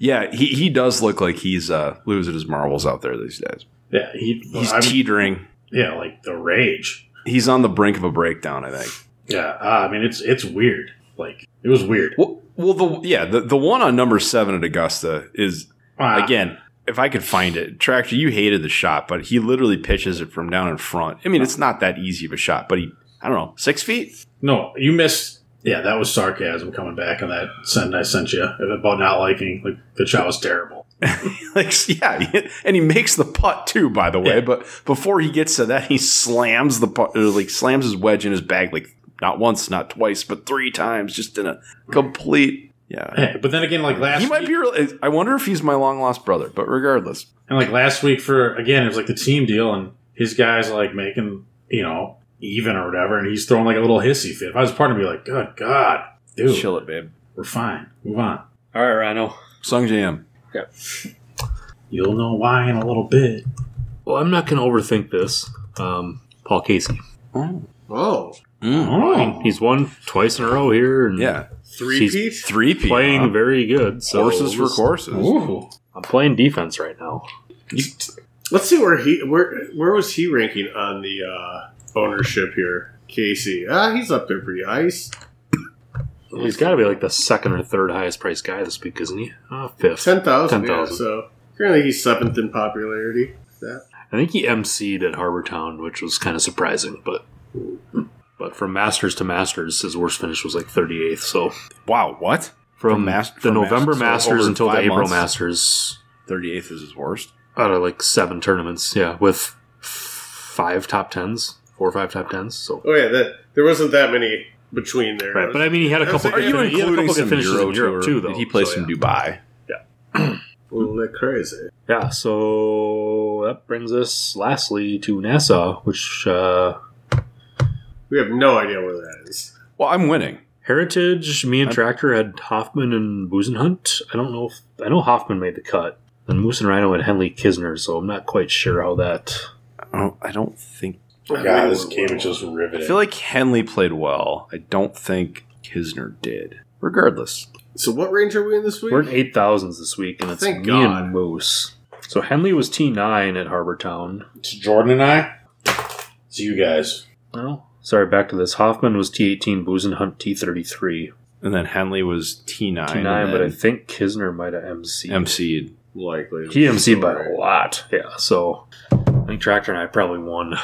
S3: Yeah, he, he does look like he's uh, losing his marbles out there these days.
S2: Yeah, he.
S3: He's
S2: I'm-
S3: teetering.
S2: yeah, like the rage.
S3: He's on the brink of a breakdown, I think.
S2: Yeah, uh, I mean it's it's weird. Like it was weird.
S3: Well, well the yeah, the, the one on number seven at Augusta is
S2: Uh,
S3: again, if I could find it, Tractor, you hated the shot, but he literally pitches it from down in front. I mean, it's not that easy of a shot, but he, I don't know, six feet?
S2: no, you missed. Yeah, that was sarcasm coming back on that send I sent you about not liking. Like the shot was terrible.
S3: like, yeah. And he makes the putt too, by the way.
S2: Yeah.
S3: But before he gets to that, he slams the putt, or like slams his wedge in his bag, like not once, not twice, but three times, just in a complete, yeah.
S2: Yeah, but then again, like last
S3: He might
S2: week,
S3: be, real- I wonder if he's my long lost brother, but regardless.
S2: and like last week for again, it was like the team deal, and his guys like making you know even or whatever, and he's throwing like a little hissy fit. If I was a partner, I'd be like, good God, dude,
S3: Chill it, babe.
S2: we're fine. Move on.
S5: All right, Rhino.
S3: Sung Jam.
S2: You'll know why in a little bit.
S5: Well, I'm not going to overthink this. Um, Paul Casey.
S3: Oh.
S1: Oh,
S5: Mm.
S2: Oh,
S5: He's won twice in a row here. And
S3: Yeah.
S1: three
S5: He's
S1: peat.
S3: Three P.
S5: Playing very good. So
S3: horses for
S5: this-
S3: courses.
S2: Ooh.
S5: I'm playing defense right now.
S1: Let's see where he where where was he ranking on the uh, ownership here, Casey? Ah, he's up there pretty high. He's
S5: He's got to be like the second or third highest priced guy this week, isn't he? Uh, fifth.
S1: ten thousand. Yeah,
S5: 10,000.
S1: so currently he's seventh in popularity. That
S5: I think he MC'd at Harbortown, which was kind of surprising, but but from Masters to Masters, his worst finish was like 38th. So
S3: Wow, what?
S5: from
S3: Mas-
S5: the
S3: from
S5: November
S3: Masters, so
S5: Masters
S3: over
S5: until the
S3: five
S5: April
S3: months?
S5: Masters,
S3: 38th is his worst.
S5: out of like seven tournaments, yeah, with five top tens, four or five top tens. So
S1: oh yeah, that there wasn't that many between there.
S5: right, but I mean, he had a
S1: That's
S5: couple.
S1: it. Are
S5: good
S1: you
S5: fin- he had a couple good finishes in Europe too, though.
S3: He plays
S5: so,
S3: from
S5: yeah.
S3: Dubai.
S1: a little bit crazy.
S5: Yeah, so that brings us lastly to Nassau, which uh,
S1: We have no idea where that is.
S3: Well, I'm winning.
S5: Heritage, me and Tractor had Hoffman and Hunt. I don't know if I know Hoffman made the cut. And Moose and Rhino and Henley Kisner, so I'm not quite sure how that
S3: Oh, I don't think.
S2: God, this game is just riveting.
S3: I feel like Henley played well. I don't think Kisner did. Regardless,
S1: So what range are we in this week?
S5: We're in eight thousands this week, and it's
S1: Thank
S5: me
S1: God.
S5: and Moose. So Henley was T nine at Harbor Town.
S2: it's Jordan and I. It's you guys.
S5: Oh, sorry, back to this. Hoffman was T eighteen, Hunt T thirty three,
S3: and then Henley was T nine.
S5: T nine. But I think Kisner might have MC.
S3: MC'd.
S1: Likely.
S5: He MC'd by a lot. Yeah, so I think Tractor and I probably won.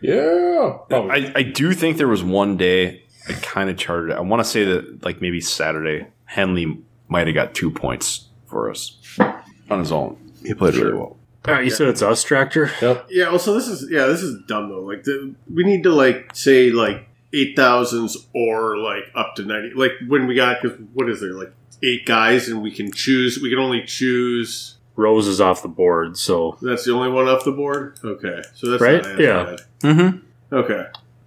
S2: Yeah. Probably.
S3: I, I do think there was one day I kind of charted it. I want to say that like maybe Saturday, Henley might have got two points for us on his own. He played really well.
S5: All right, you said it's us, Tractor.
S2: yep.
S1: Yeah. Also, this is yeah, this is dumb though. Like, the, we need to like say like eight thousands or like up to ninety. Like when we got because what is there like eight guys and we can choose. We can only choose.
S5: Rose is off the board, so
S1: That's the only one off the board. Okay, so that's
S5: Right?
S1: Not as
S5: Yeah.
S1: bad.
S3: Mm-hmm.
S1: Okay.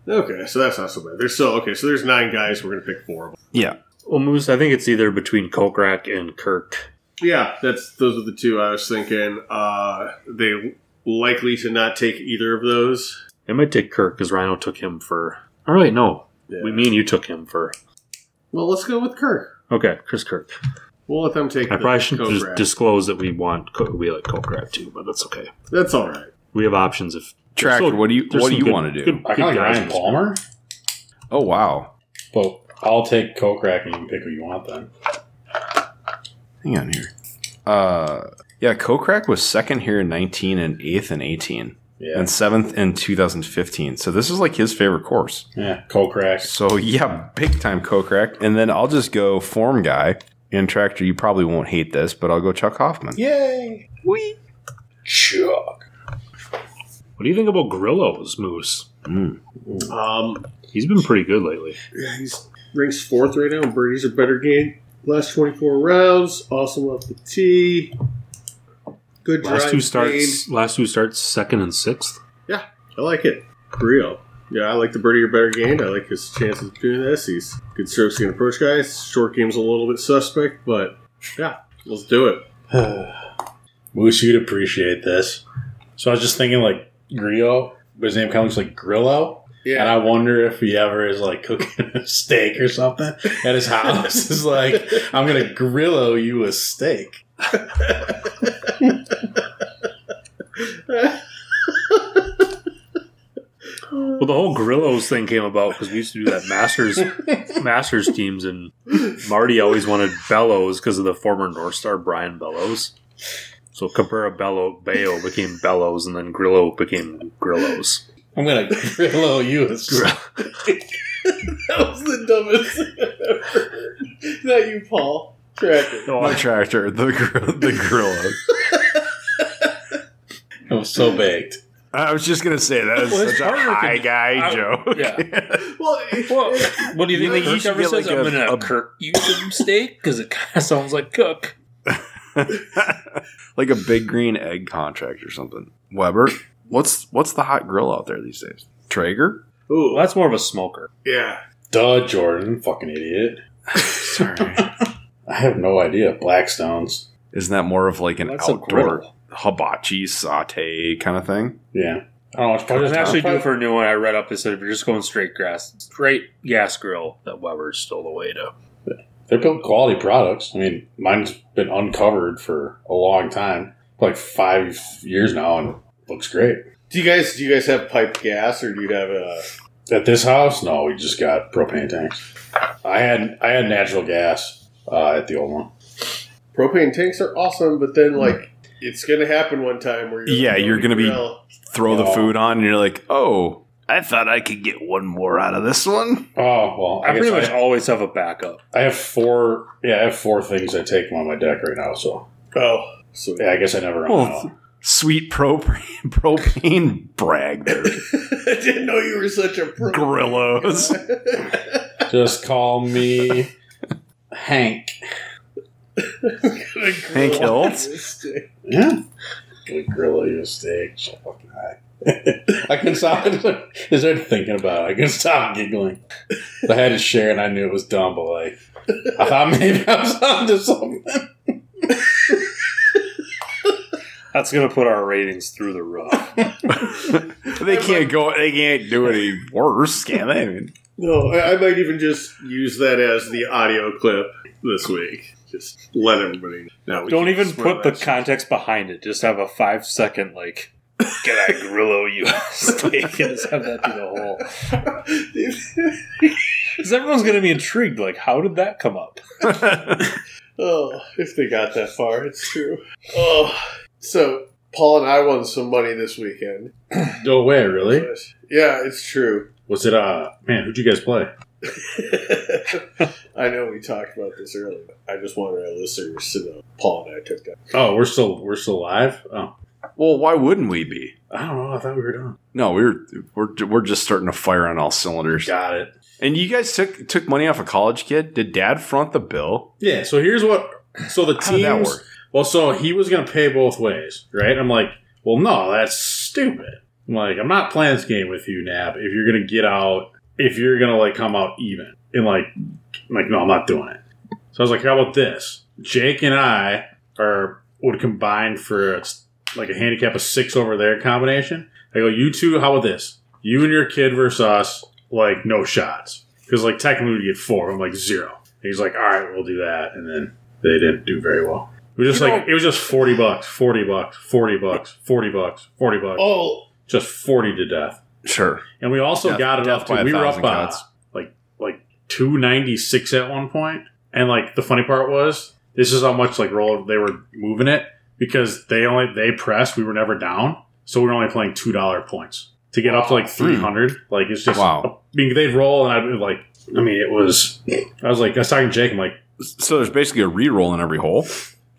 S1: Okay, so that's not so bad. There's so okay, so there's nine guys. We're gonna pick four of them.
S3: Yeah.
S5: well, Moose. I think it's either between Kokrak and Kirk.
S1: Yeah, that's those are the two I was thinking. Uh, they likely to not take either of those.
S5: It might take Kirk because Rhino took him for. All right, no,
S1: Yeah.
S5: we mean you took him for.
S1: well, let's go with Kirk.
S5: Okay, Chris Kirk.
S1: We'll let them take.
S5: I
S1: the
S5: probably shouldn't
S1: Coke
S5: just
S1: rack.
S5: disclose that we want co- we like coke grab too, but that's okay.
S1: that's all right.
S5: We have options if
S3: Tractor,
S5: so
S3: what do you
S5: there's
S3: what do
S5: some
S3: you
S5: good-
S3: want to do?
S5: good-
S2: I kind of like
S5: guys.
S2: Ryan Palmer,
S3: Oh wow.
S2: but I'll take Coke Rack and you can pick who you want then.
S3: Hang on here. Uh yeah, Kokrak was second here in 19 and 8th and 18
S2: Yeah.
S3: and 7th in 2015. So this is like his favorite course.
S2: yeah. Coke Rack.
S3: So yeah, big time Kokrak. And then I'll just go form guy. And Tractor, you probably won't hate this, but I'll go Chuck Hoffman.
S2: Yay.
S3: Whee!
S2: Chuck.
S5: What do you think about Grillo's Moose?
S1: Um,
S5: He's been pretty good lately.
S1: yeah, he's ranks fourth right now. and Birdies are better game. Last twenty four rounds, awesome off the tee. Good drive.
S5: Last two
S1: Spain.
S5: starts, last two starts, second and sixth.
S1: I like it. For real. Yeah, I like the birdie or better gained. I like his chances of doing this. He's good service and approach guys. Short game's a little bit suspect, but yeah, let's do it.
S2: Moose, you'd appreciate this. So I was just thinking like Grillo, but his name kind of looks like Grillo. And I wonder if he ever is like cooking a steak or something at his house. Is like, I'm gonna grillo you a steak.
S5: Well, the whole Grillo's thing came about because we used to do that Masters Masters teams, and Marty always wanted Bellows because of the former North Star Brian Bellows. So Cabrera Bello Bayo became Bellows, and then Grillo became Grillo's.
S2: I'm gonna grillo you a steak.
S4: That was the dumbest thing I've ever heard. Not you, Paul. Track it.
S3: My tractor, the gr- the gorilla.
S2: It was so baked.
S3: I was just gonna say that is
S5: Well, his
S3: such a
S5: partner can-
S3: high guy
S5: I-
S3: joke.
S5: yeah.
S1: Well,
S5: Well, what do you
S3: Yeah,
S5: think? They
S3: Kirk
S5: each
S3: should
S5: ever
S3: get,
S5: says,
S3: like,
S5: "I'm
S3: a-
S5: gonna
S3: a-
S5: Kirk you some steak" because it kind of sounds like cook.
S3: like a big green egg contract or something. Weber, what's what's the hot grill out there these days? Traeger.
S1: ooh,
S5: Well, that's more of a smoker.
S1: yeah.
S2: Duh, Jordan, fucking idiot.
S3: Sorry,
S2: I have no idea. Blackstones.
S3: isn't that more of like an
S5: That's a
S3: outdoor
S5: grill.
S3: hibachi saute kind of thing?
S2: Yeah. I don't know. It's probably
S5: It's
S2: just
S5: actually
S2: probably-
S5: due for a new one. I read up. They said if you're just going straight grass, straight gas grill, that Weber's still the way to.
S2: They're building quality products. I mean, mine's been uncovered for a long time, like five years now, and looks great.
S4: Do you guys do you guys have pipe gas or do you have uh, a
S2: At this house, no, we just got propane tanks. I had I had natural gas uh, at the old one.
S1: Propane tanks are awesome, but then like it's gonna happen one time where
S3: Yeah, you're gonna be-
S1: grill.
S3: Throw the
S2: Yeah.
S3: food on, and you're like, oh, I thought I could get one more out of this one.
S2: Oh well,
S5: I,
S2: I, guess
S5: pretty much
S2: I,
S5: always have a backup.
S2: I have four. Yeah, I have four things I take on my deck right now. So
S1: oh, so
S2: yeah, I guess I never run
S3: Well,
S2: out.
S3: Sweet propane, propane brag there,
S4: I didn't know you were such a pro.
S3: Grillos.
S2: Just call me Hank.
S3: Hank Hill.
S2: Yeah, gonna grill you a steak so fucking high. I couldn't stop. Is there thinking about it? I couldn't stop giggling. I had to share, and I knew it was dumb, but like I thought maybe I was onto something.
S5: That's gonna put our ratings through the roof.
S3: they can't go. They can't do any worse, can they? I mean,
S4: No, I-
S1: I might even just use that as the audio clip this week. Just let everybody know.
S5: Don't even put the context behind it. Just have a five second like. Can I grillo you a steak and just have that be the whole? Because everyone's gonna be intrigued. Like, how did that come up?
S4: Oh, if they got that far, it's true. Oh, so Paul and I won some money this weekend.
S2: No way, really?
S4: Yeah, it's true.
S2: Was it? Uh, man, who'd you guys play?
S4: I know we talked about this earlier. I just wanted our listeners to know Paul and I took that.
S2: Oh, we're still we're still live. Oh,
S3: well, why wouldn't we be?
S2: I don't know. I thought we were done.
S3: No, we're we're we're just starting to fire on all cylinders.
S2: Got it.
S3: And you guys took took money off a college kid. Did Dad front the bill?
S2: Yeah. So here's what. So the
S3: How did that
S2: teams.
S3: work?
S2: Well, so he was going to pay both ways, right? I'm like, well, no, that's stupid. I'm like, I'm not playing this game with you, Nab. If you're going to get out, if you're going to like come out even, and like, I'm like, no, I'm not doing it. So I was like, how about this? Jake and I are would combine for like a handicap of six over their combination. I go, you two, how about this? You and your kid versus us, like no shots, because like technically we get four. I'm like zero. And he's like, all right, we'll do that, and then they didn't do very well. It was just
S3: You
S2: like
S3: know-
S2: it was just forty bucks, forty bucks, forty bucks, forty bucks, forty bucks,
S4: Oh,
S2: just forty to death.
S3: Sure.
S2: And we also
S3: Death-
S2: got it
S3: death
S2: up
S3: by
S2: to
S3: a
S2: we were up
S3: thousand
S2: uh,
S3: cuts.
S2: like like two ninety six at one point. And like the funny part was this is how much like roll they were moving it because they only they pressed we were never down so we were only playing two dollar points to get up to like three hundred. Like it's just
S3: Hmm. Wow.
S2: I mean they'd roll and I'd be like I mean it was I was like I was talking to Jake I'm like
S3: So there's basically a re-roll in every hole.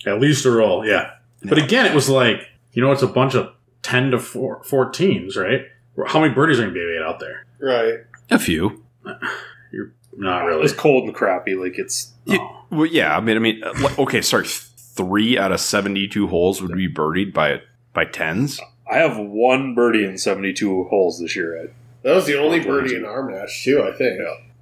S2: at least a roll yeah but again it was like you know it's a bunch of ten to four, 14s right how many birdies are gonna be made out there
S4: right.
S3: A few.
S2: not
S5: It
S2: really
S5: was cold and crappy. Like it's
S3: Well, yeah. I mean, I mean, uh, like- okay. Sorry, three out of seventy-two holes would be birdied by by tens.
S5: I have one birdie in seventy-two holes this year. Ed.
S4: That was the only birdie in our match, too, I think.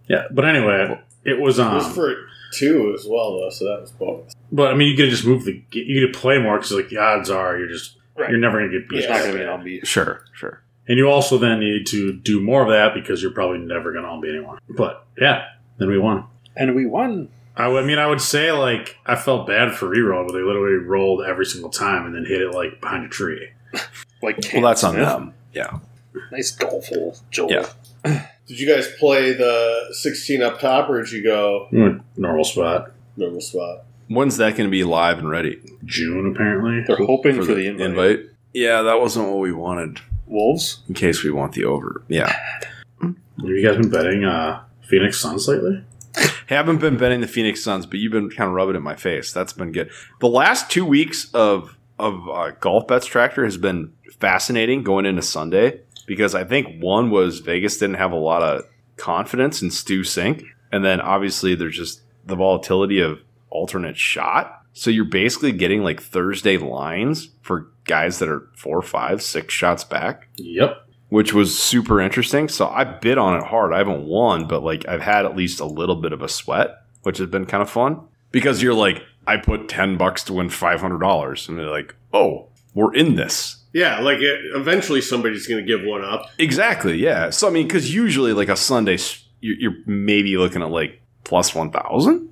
S2: Yeah, but anyway, it was
S4: It
S2: um.
S4: was for two as well, though, so that was bonus.
S2: but I mean, you could just move the you could play more because like the odds are you're just
S5: Right.
S2: you're never gonna get beat.
S5: It's not going to be an unbeat.
S3: Sure, sure.
S2: And you also then need to do more of that because you're probably never gonna unbeat anyone. But yeah, then we won.
S5: And we won.
S2: I, would- I mean, I would say like I felt bad for reroll, but they literally rolled every single time and then hit it like behind a tree.
S5: Like
S3: Well, that's on
S5: Smith.
S3: them. Yeah.
S5: Nice golf hole, Joel.
S3: Yeah.
S4: Did you guys play the 16 up top, or did you go
S2: We went Normal spot,
S4: normal spot?
S3: When's that going to be live and ready?
S2: June apparently.
S5: They're hoping for, the, invite.
S3: Yeah, that wasn't what we wanted.
S5: Wolves.
S3: In case we want the over. Yeah.
S2: Have you guys been betting uh Phoenix Suns lately?
S3: Haven't been betting the Phoenix Suns, but you've been kind of rubbing it in my face. That's been good. The last two weeks of of uh, golf bets tractor has been fascinating going into Sunday because I think one was Vegas didn't have a lot of confidence in Stu Sink, and then obviously there's just the volatility of alternate shot. So you're basically getting like Thursday lines for guys that are four, five, six shots back
S2: Yep.
S3: which was super interesting. So I bid on it hard. I haven't won, but like I've had at least a little bit of a sweat, which has been kind of fun because you're like, I put 10 bucks to win $500. And they're like, oh, we're in this.
S1: Yeah, like it, eventually somebody's going to give one up.
S3: Exactly. Yeah. So, I mean, because usually like a Sunday, s- you're, you're maybe looking at like plus 1,000,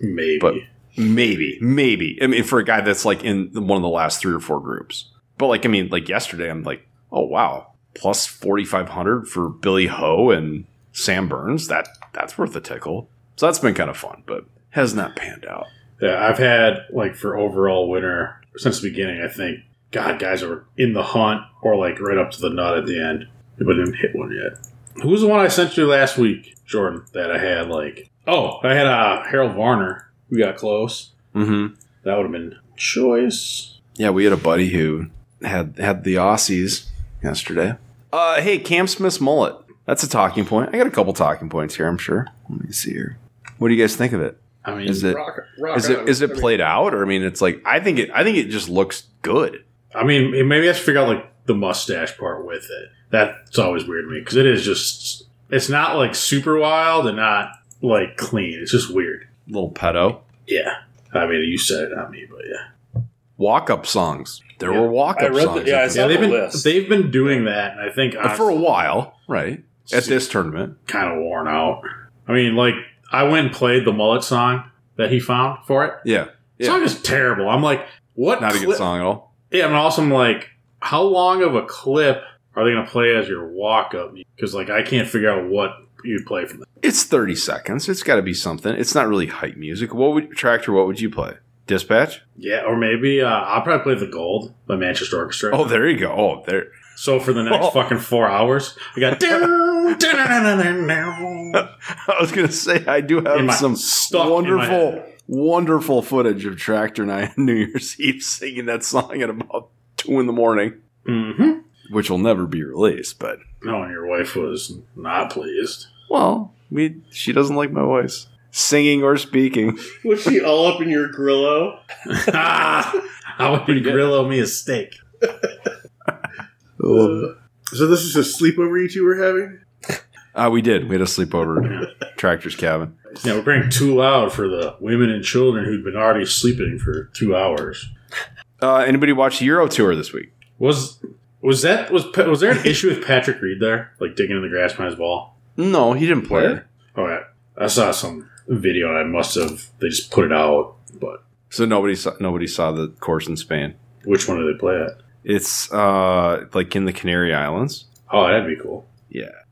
S2: Maybe.
S3: But- maybe, maybe. I mean, for a guy that's like in one of the last three or four groups. But like, I mean, like yesterday, I'm like, oh, wow, plus 4,500 for Billy Ho and Sam Burns. That That's worth a tickle. So that's been kind of fun, but has not panned out.
S2: Yeah, I've had like for overall winner since the beginning. I think God, guys are in the hunt or like right up to the nut at the end, but didn't hit one yet. Who was the one I sent you last week, Jordan? That I had like oh, I had uh, Harold Varner. We got close.
S3: Mm-hmm.
S2: That would have been choice.
S3: Yeah, we had a buddy who had had the Aussies yesterday. Uh, hey, Cam Smith's mullet. That's a talking point. I got a couple talking points here, I'm sure. Let me see here. What do you guys think of it?
S2: I mean,
S3: Is it
S4: Rock, rock
S3: is it
S4: on.
S3: is
S4: I
S3: it
S4: mean,
S3: played out or i mean it's like i think it i think it just looks good
S2: I mean, maybe I should figure out like the mustache part with it. That's always weird to me because it is just it's not like super wild and not like clean. It's just weird.
S3: Little pedo.
S2: Yeah, I mean you said it, not me, but yeah,
S3: Walk up songs. There were walk
S5: I
S3: up
S5: read
S3: songs.
S5: that- yeah,
S3: at
S5: I
S3: the-
S5: saw-
S2: yeah. They've
S5: on the
S2: been
S5: list.
S2: they've been doing that, and I think
S3: uh, for a while, right? At this tournament.
S2: kind of worn out. I mean, like I went and played the mullet song that he found for it.
S3: Yeah.
S2: The
S3: Yeah.
S2: Song is terrible. I'm like, what?
S3: Not a
S2: clip-
S3: good song at all.
S2: Yeah, I'm also I'm like, how long of a clip are they going to play as your walk up? Because like I can't figure out what you'd play from that.
S3: It's 30 seconds. It's got to be something. It's not really hype music. What would tractor? What would you play? Dispatch.
S2: Yeah, or maybe uh, I'll probably play the Gold by Manchester Orchestra.
S3: Oh, there you go. Oh, there.
S2: So for the next
S3: Oh.
S2: fucking four hours, I got down, down, down, down, down, down.
S3: I was gonna say I do
S2: In
S3: have
S2: my-
S3: some
S2: stuck in my
S3: wonderful,
S2: head.
S3: wonderful footage of Tractor and I on New Year's Eve singing that song at about two in the morning,
S2: Mhm.
S3: which will never be released. But
S2: No, and your wife was not pleased.
S3: well, we she doesn't like my voice, singing or speaking.
S4: Was she all up in your grillo?
S2: ah, how would you grillo me a steak?
S6: So this is a sleepover you two were having?
S3: Uh, we did. We had a sleepover at Tractor's cabin.
S2: Yeah, we're praying too loud for the women and children who'd been already sleeping for two hours.
S3: Uh, anybody watch Euro Tour this week?
S2: Was was that was Pa- was there an issue with Patrick Reed there, like digging in the grass behind his ball?
S3: No, he didn't play.
S2: Where? Oh yeah, I saw some video and I must have they just put it out. But
S3: So nobody saw nobody saw the course in Spain.
S2: which one did they play at?
S3: It's uh like in the Canary Islands.
S2: Oh, that'd be cool.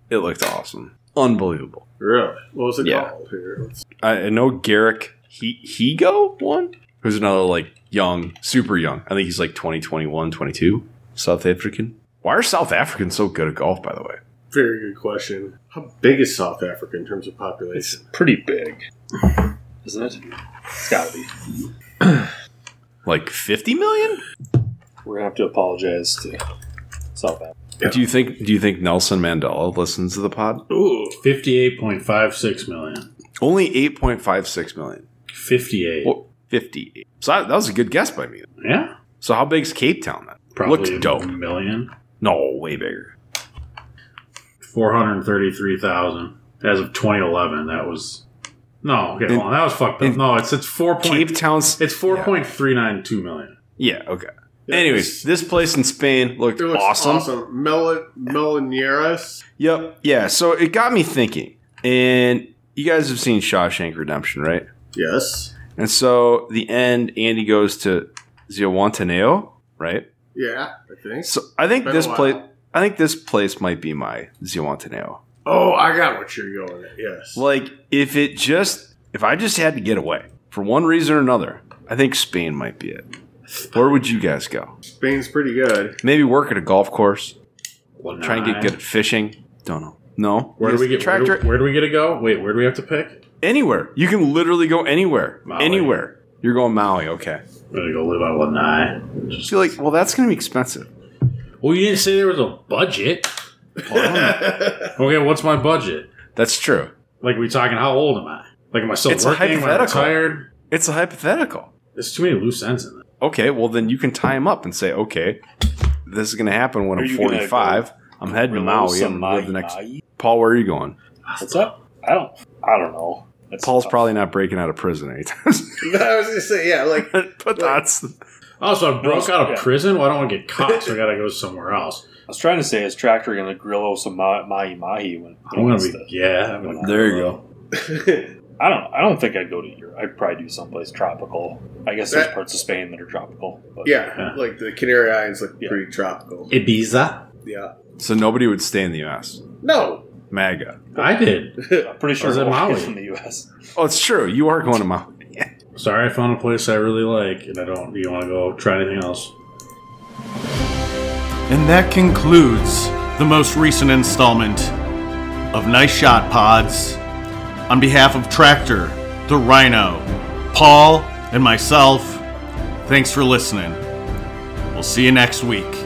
S3: It looked awesome, unbelievable.
S6: Really? What was it
S3: Yeah.
S6: called? Here, let's-
S3: I, I know Garrick he Higo one, who's another like young, super young. I think he's like 20, 21, 22, South African. Why are South Africans so good at golf? By the way,
S6: Very good question. How big is South Africa in terms of
S5: It's
S6: population?
S5: pretty big, isn't it? It's gotta be.
S3: like fifty million.
S5: We're gonna have to apologize to South Africa.
S3: Do you think? Do you think Nelson Mandela listens to the pod?
S2: Ooh, fifty-eight point five six million.
S3: Only eight point five six million.
S2: Fifty-eight.
S3: Well, Fifty. So that that was a good guess by me.
S2: yeah,
S3: So how big's Cape Town then?
S2: probably
S3: Looked
S2: a
S3: dope.
S2: million.
S3: No, way bigger.
S2: Four hundred thirty-three thousand as of twenty eleven. That was no. Okay,
S3: In-
S2: well, that was fucked up.
S3: in-
S2: No, it's it's four point
S3: Cape Town's
S2: It's four point three nine two million.
S3: Yeah, okay. Anyways, this place in Spain looked
S6: It looks
S3: awesome.
S6: awesome. Mel- Melanieras.
S3: Yep. Yeah, so it got me thinking. And you guys have seen Shawshank Redemption, right?
S6: Yes.
S3: And so the end Andy goes to Zihuatanejo, right?
S6: Yeah, I think.
S3: So I think
S6: Been a
S3: this
S6: while.
S3: place I think this place might be my Zihuatanejo.
S6: Oh, I got what you're going at. Yes.
S3: Like if it just if I just had to get away for one reason or another, I think Spain might be it. Where would you guys go?
S6: Spain's pretty good.
S3: Maybe work at a golf course.
S2: Well,
S3: Try and get good at fishing. Don't know. No.
S2: Where do we get where
S3: tractor?
S2: do, where do we get to go? Wait, where do we have to pick?
S3: anywhere. You can literally go anywhere.
S2: Maui.
S3: Anywhere. You're going Maui, okay.
S2: We're gonna go live on Lanai. Just-
S3: So you're like, well, that's gonna be expensive.
S2: well, you didn't say there was a budget. okay, what's my budget?
S3: That's true.
S2: Like, are we talking? How old am I? Like, am I still
S3: It's a
S2: working? Am I
S3: hypothetical.
S2: retired?
S3: It's a hypothetical.
S2: There's too many loose ends in it.
S3: Okay, well then you can tie him up and say, okay, this is gonna happen when
S5: Are
S3: I'm
S5: you gonna
S3: 45. I'm heading to Maui. I'm gonna live the next. Paul, where are you going?
S5: What's up? I don't. I don't know. That's
S3: Paul's
S5: tough.
S3: probably not breaking out of prison anytime. soon.
S6: I was gonna say, yeah, like
S3: but that's
S2: Also, Oh, I broke out of
S5: yeah.
S2: prison. Well, I don't want to get caught, so I gotta go somewhere else.
S5: I was trying to say, is Tractor going to grill us some ma- mahi mahi when
S2: I'm gonna
S5: when
S2: be
S5: it's the-
S2: yeah. I'm gonna,
S3: there. You go.
S5: I don't. I don't think I'd go to Europe. I'd probably do someplace tropical. I guess there's
S6: That-
S5: parts of Spain that are tropical. But
S6: yeah, like the Canary Islands look
S5: Yeah.
S6: pretty tropical.
S2: Ibiza.
S6: Yeah.
S3: So nobody would stay in the U.S.
S6: No.
S3: MAGA.
S2: I did.
S5: I'm pretty sure
S2: Was it
S5: Hawaii
S2: Maui?
S5: is in the U.S.
S3: Oh, it's true. You are going to Maui.
S2: Sorry, I found a place I really like, and I don't. Do you want to go try anything else?
S1: And that concludes the most recent installment of Nice Shot Pods. On behalf of Tractor, the Rhino, Paul, and myself, thanks for listening. We'll see you next week.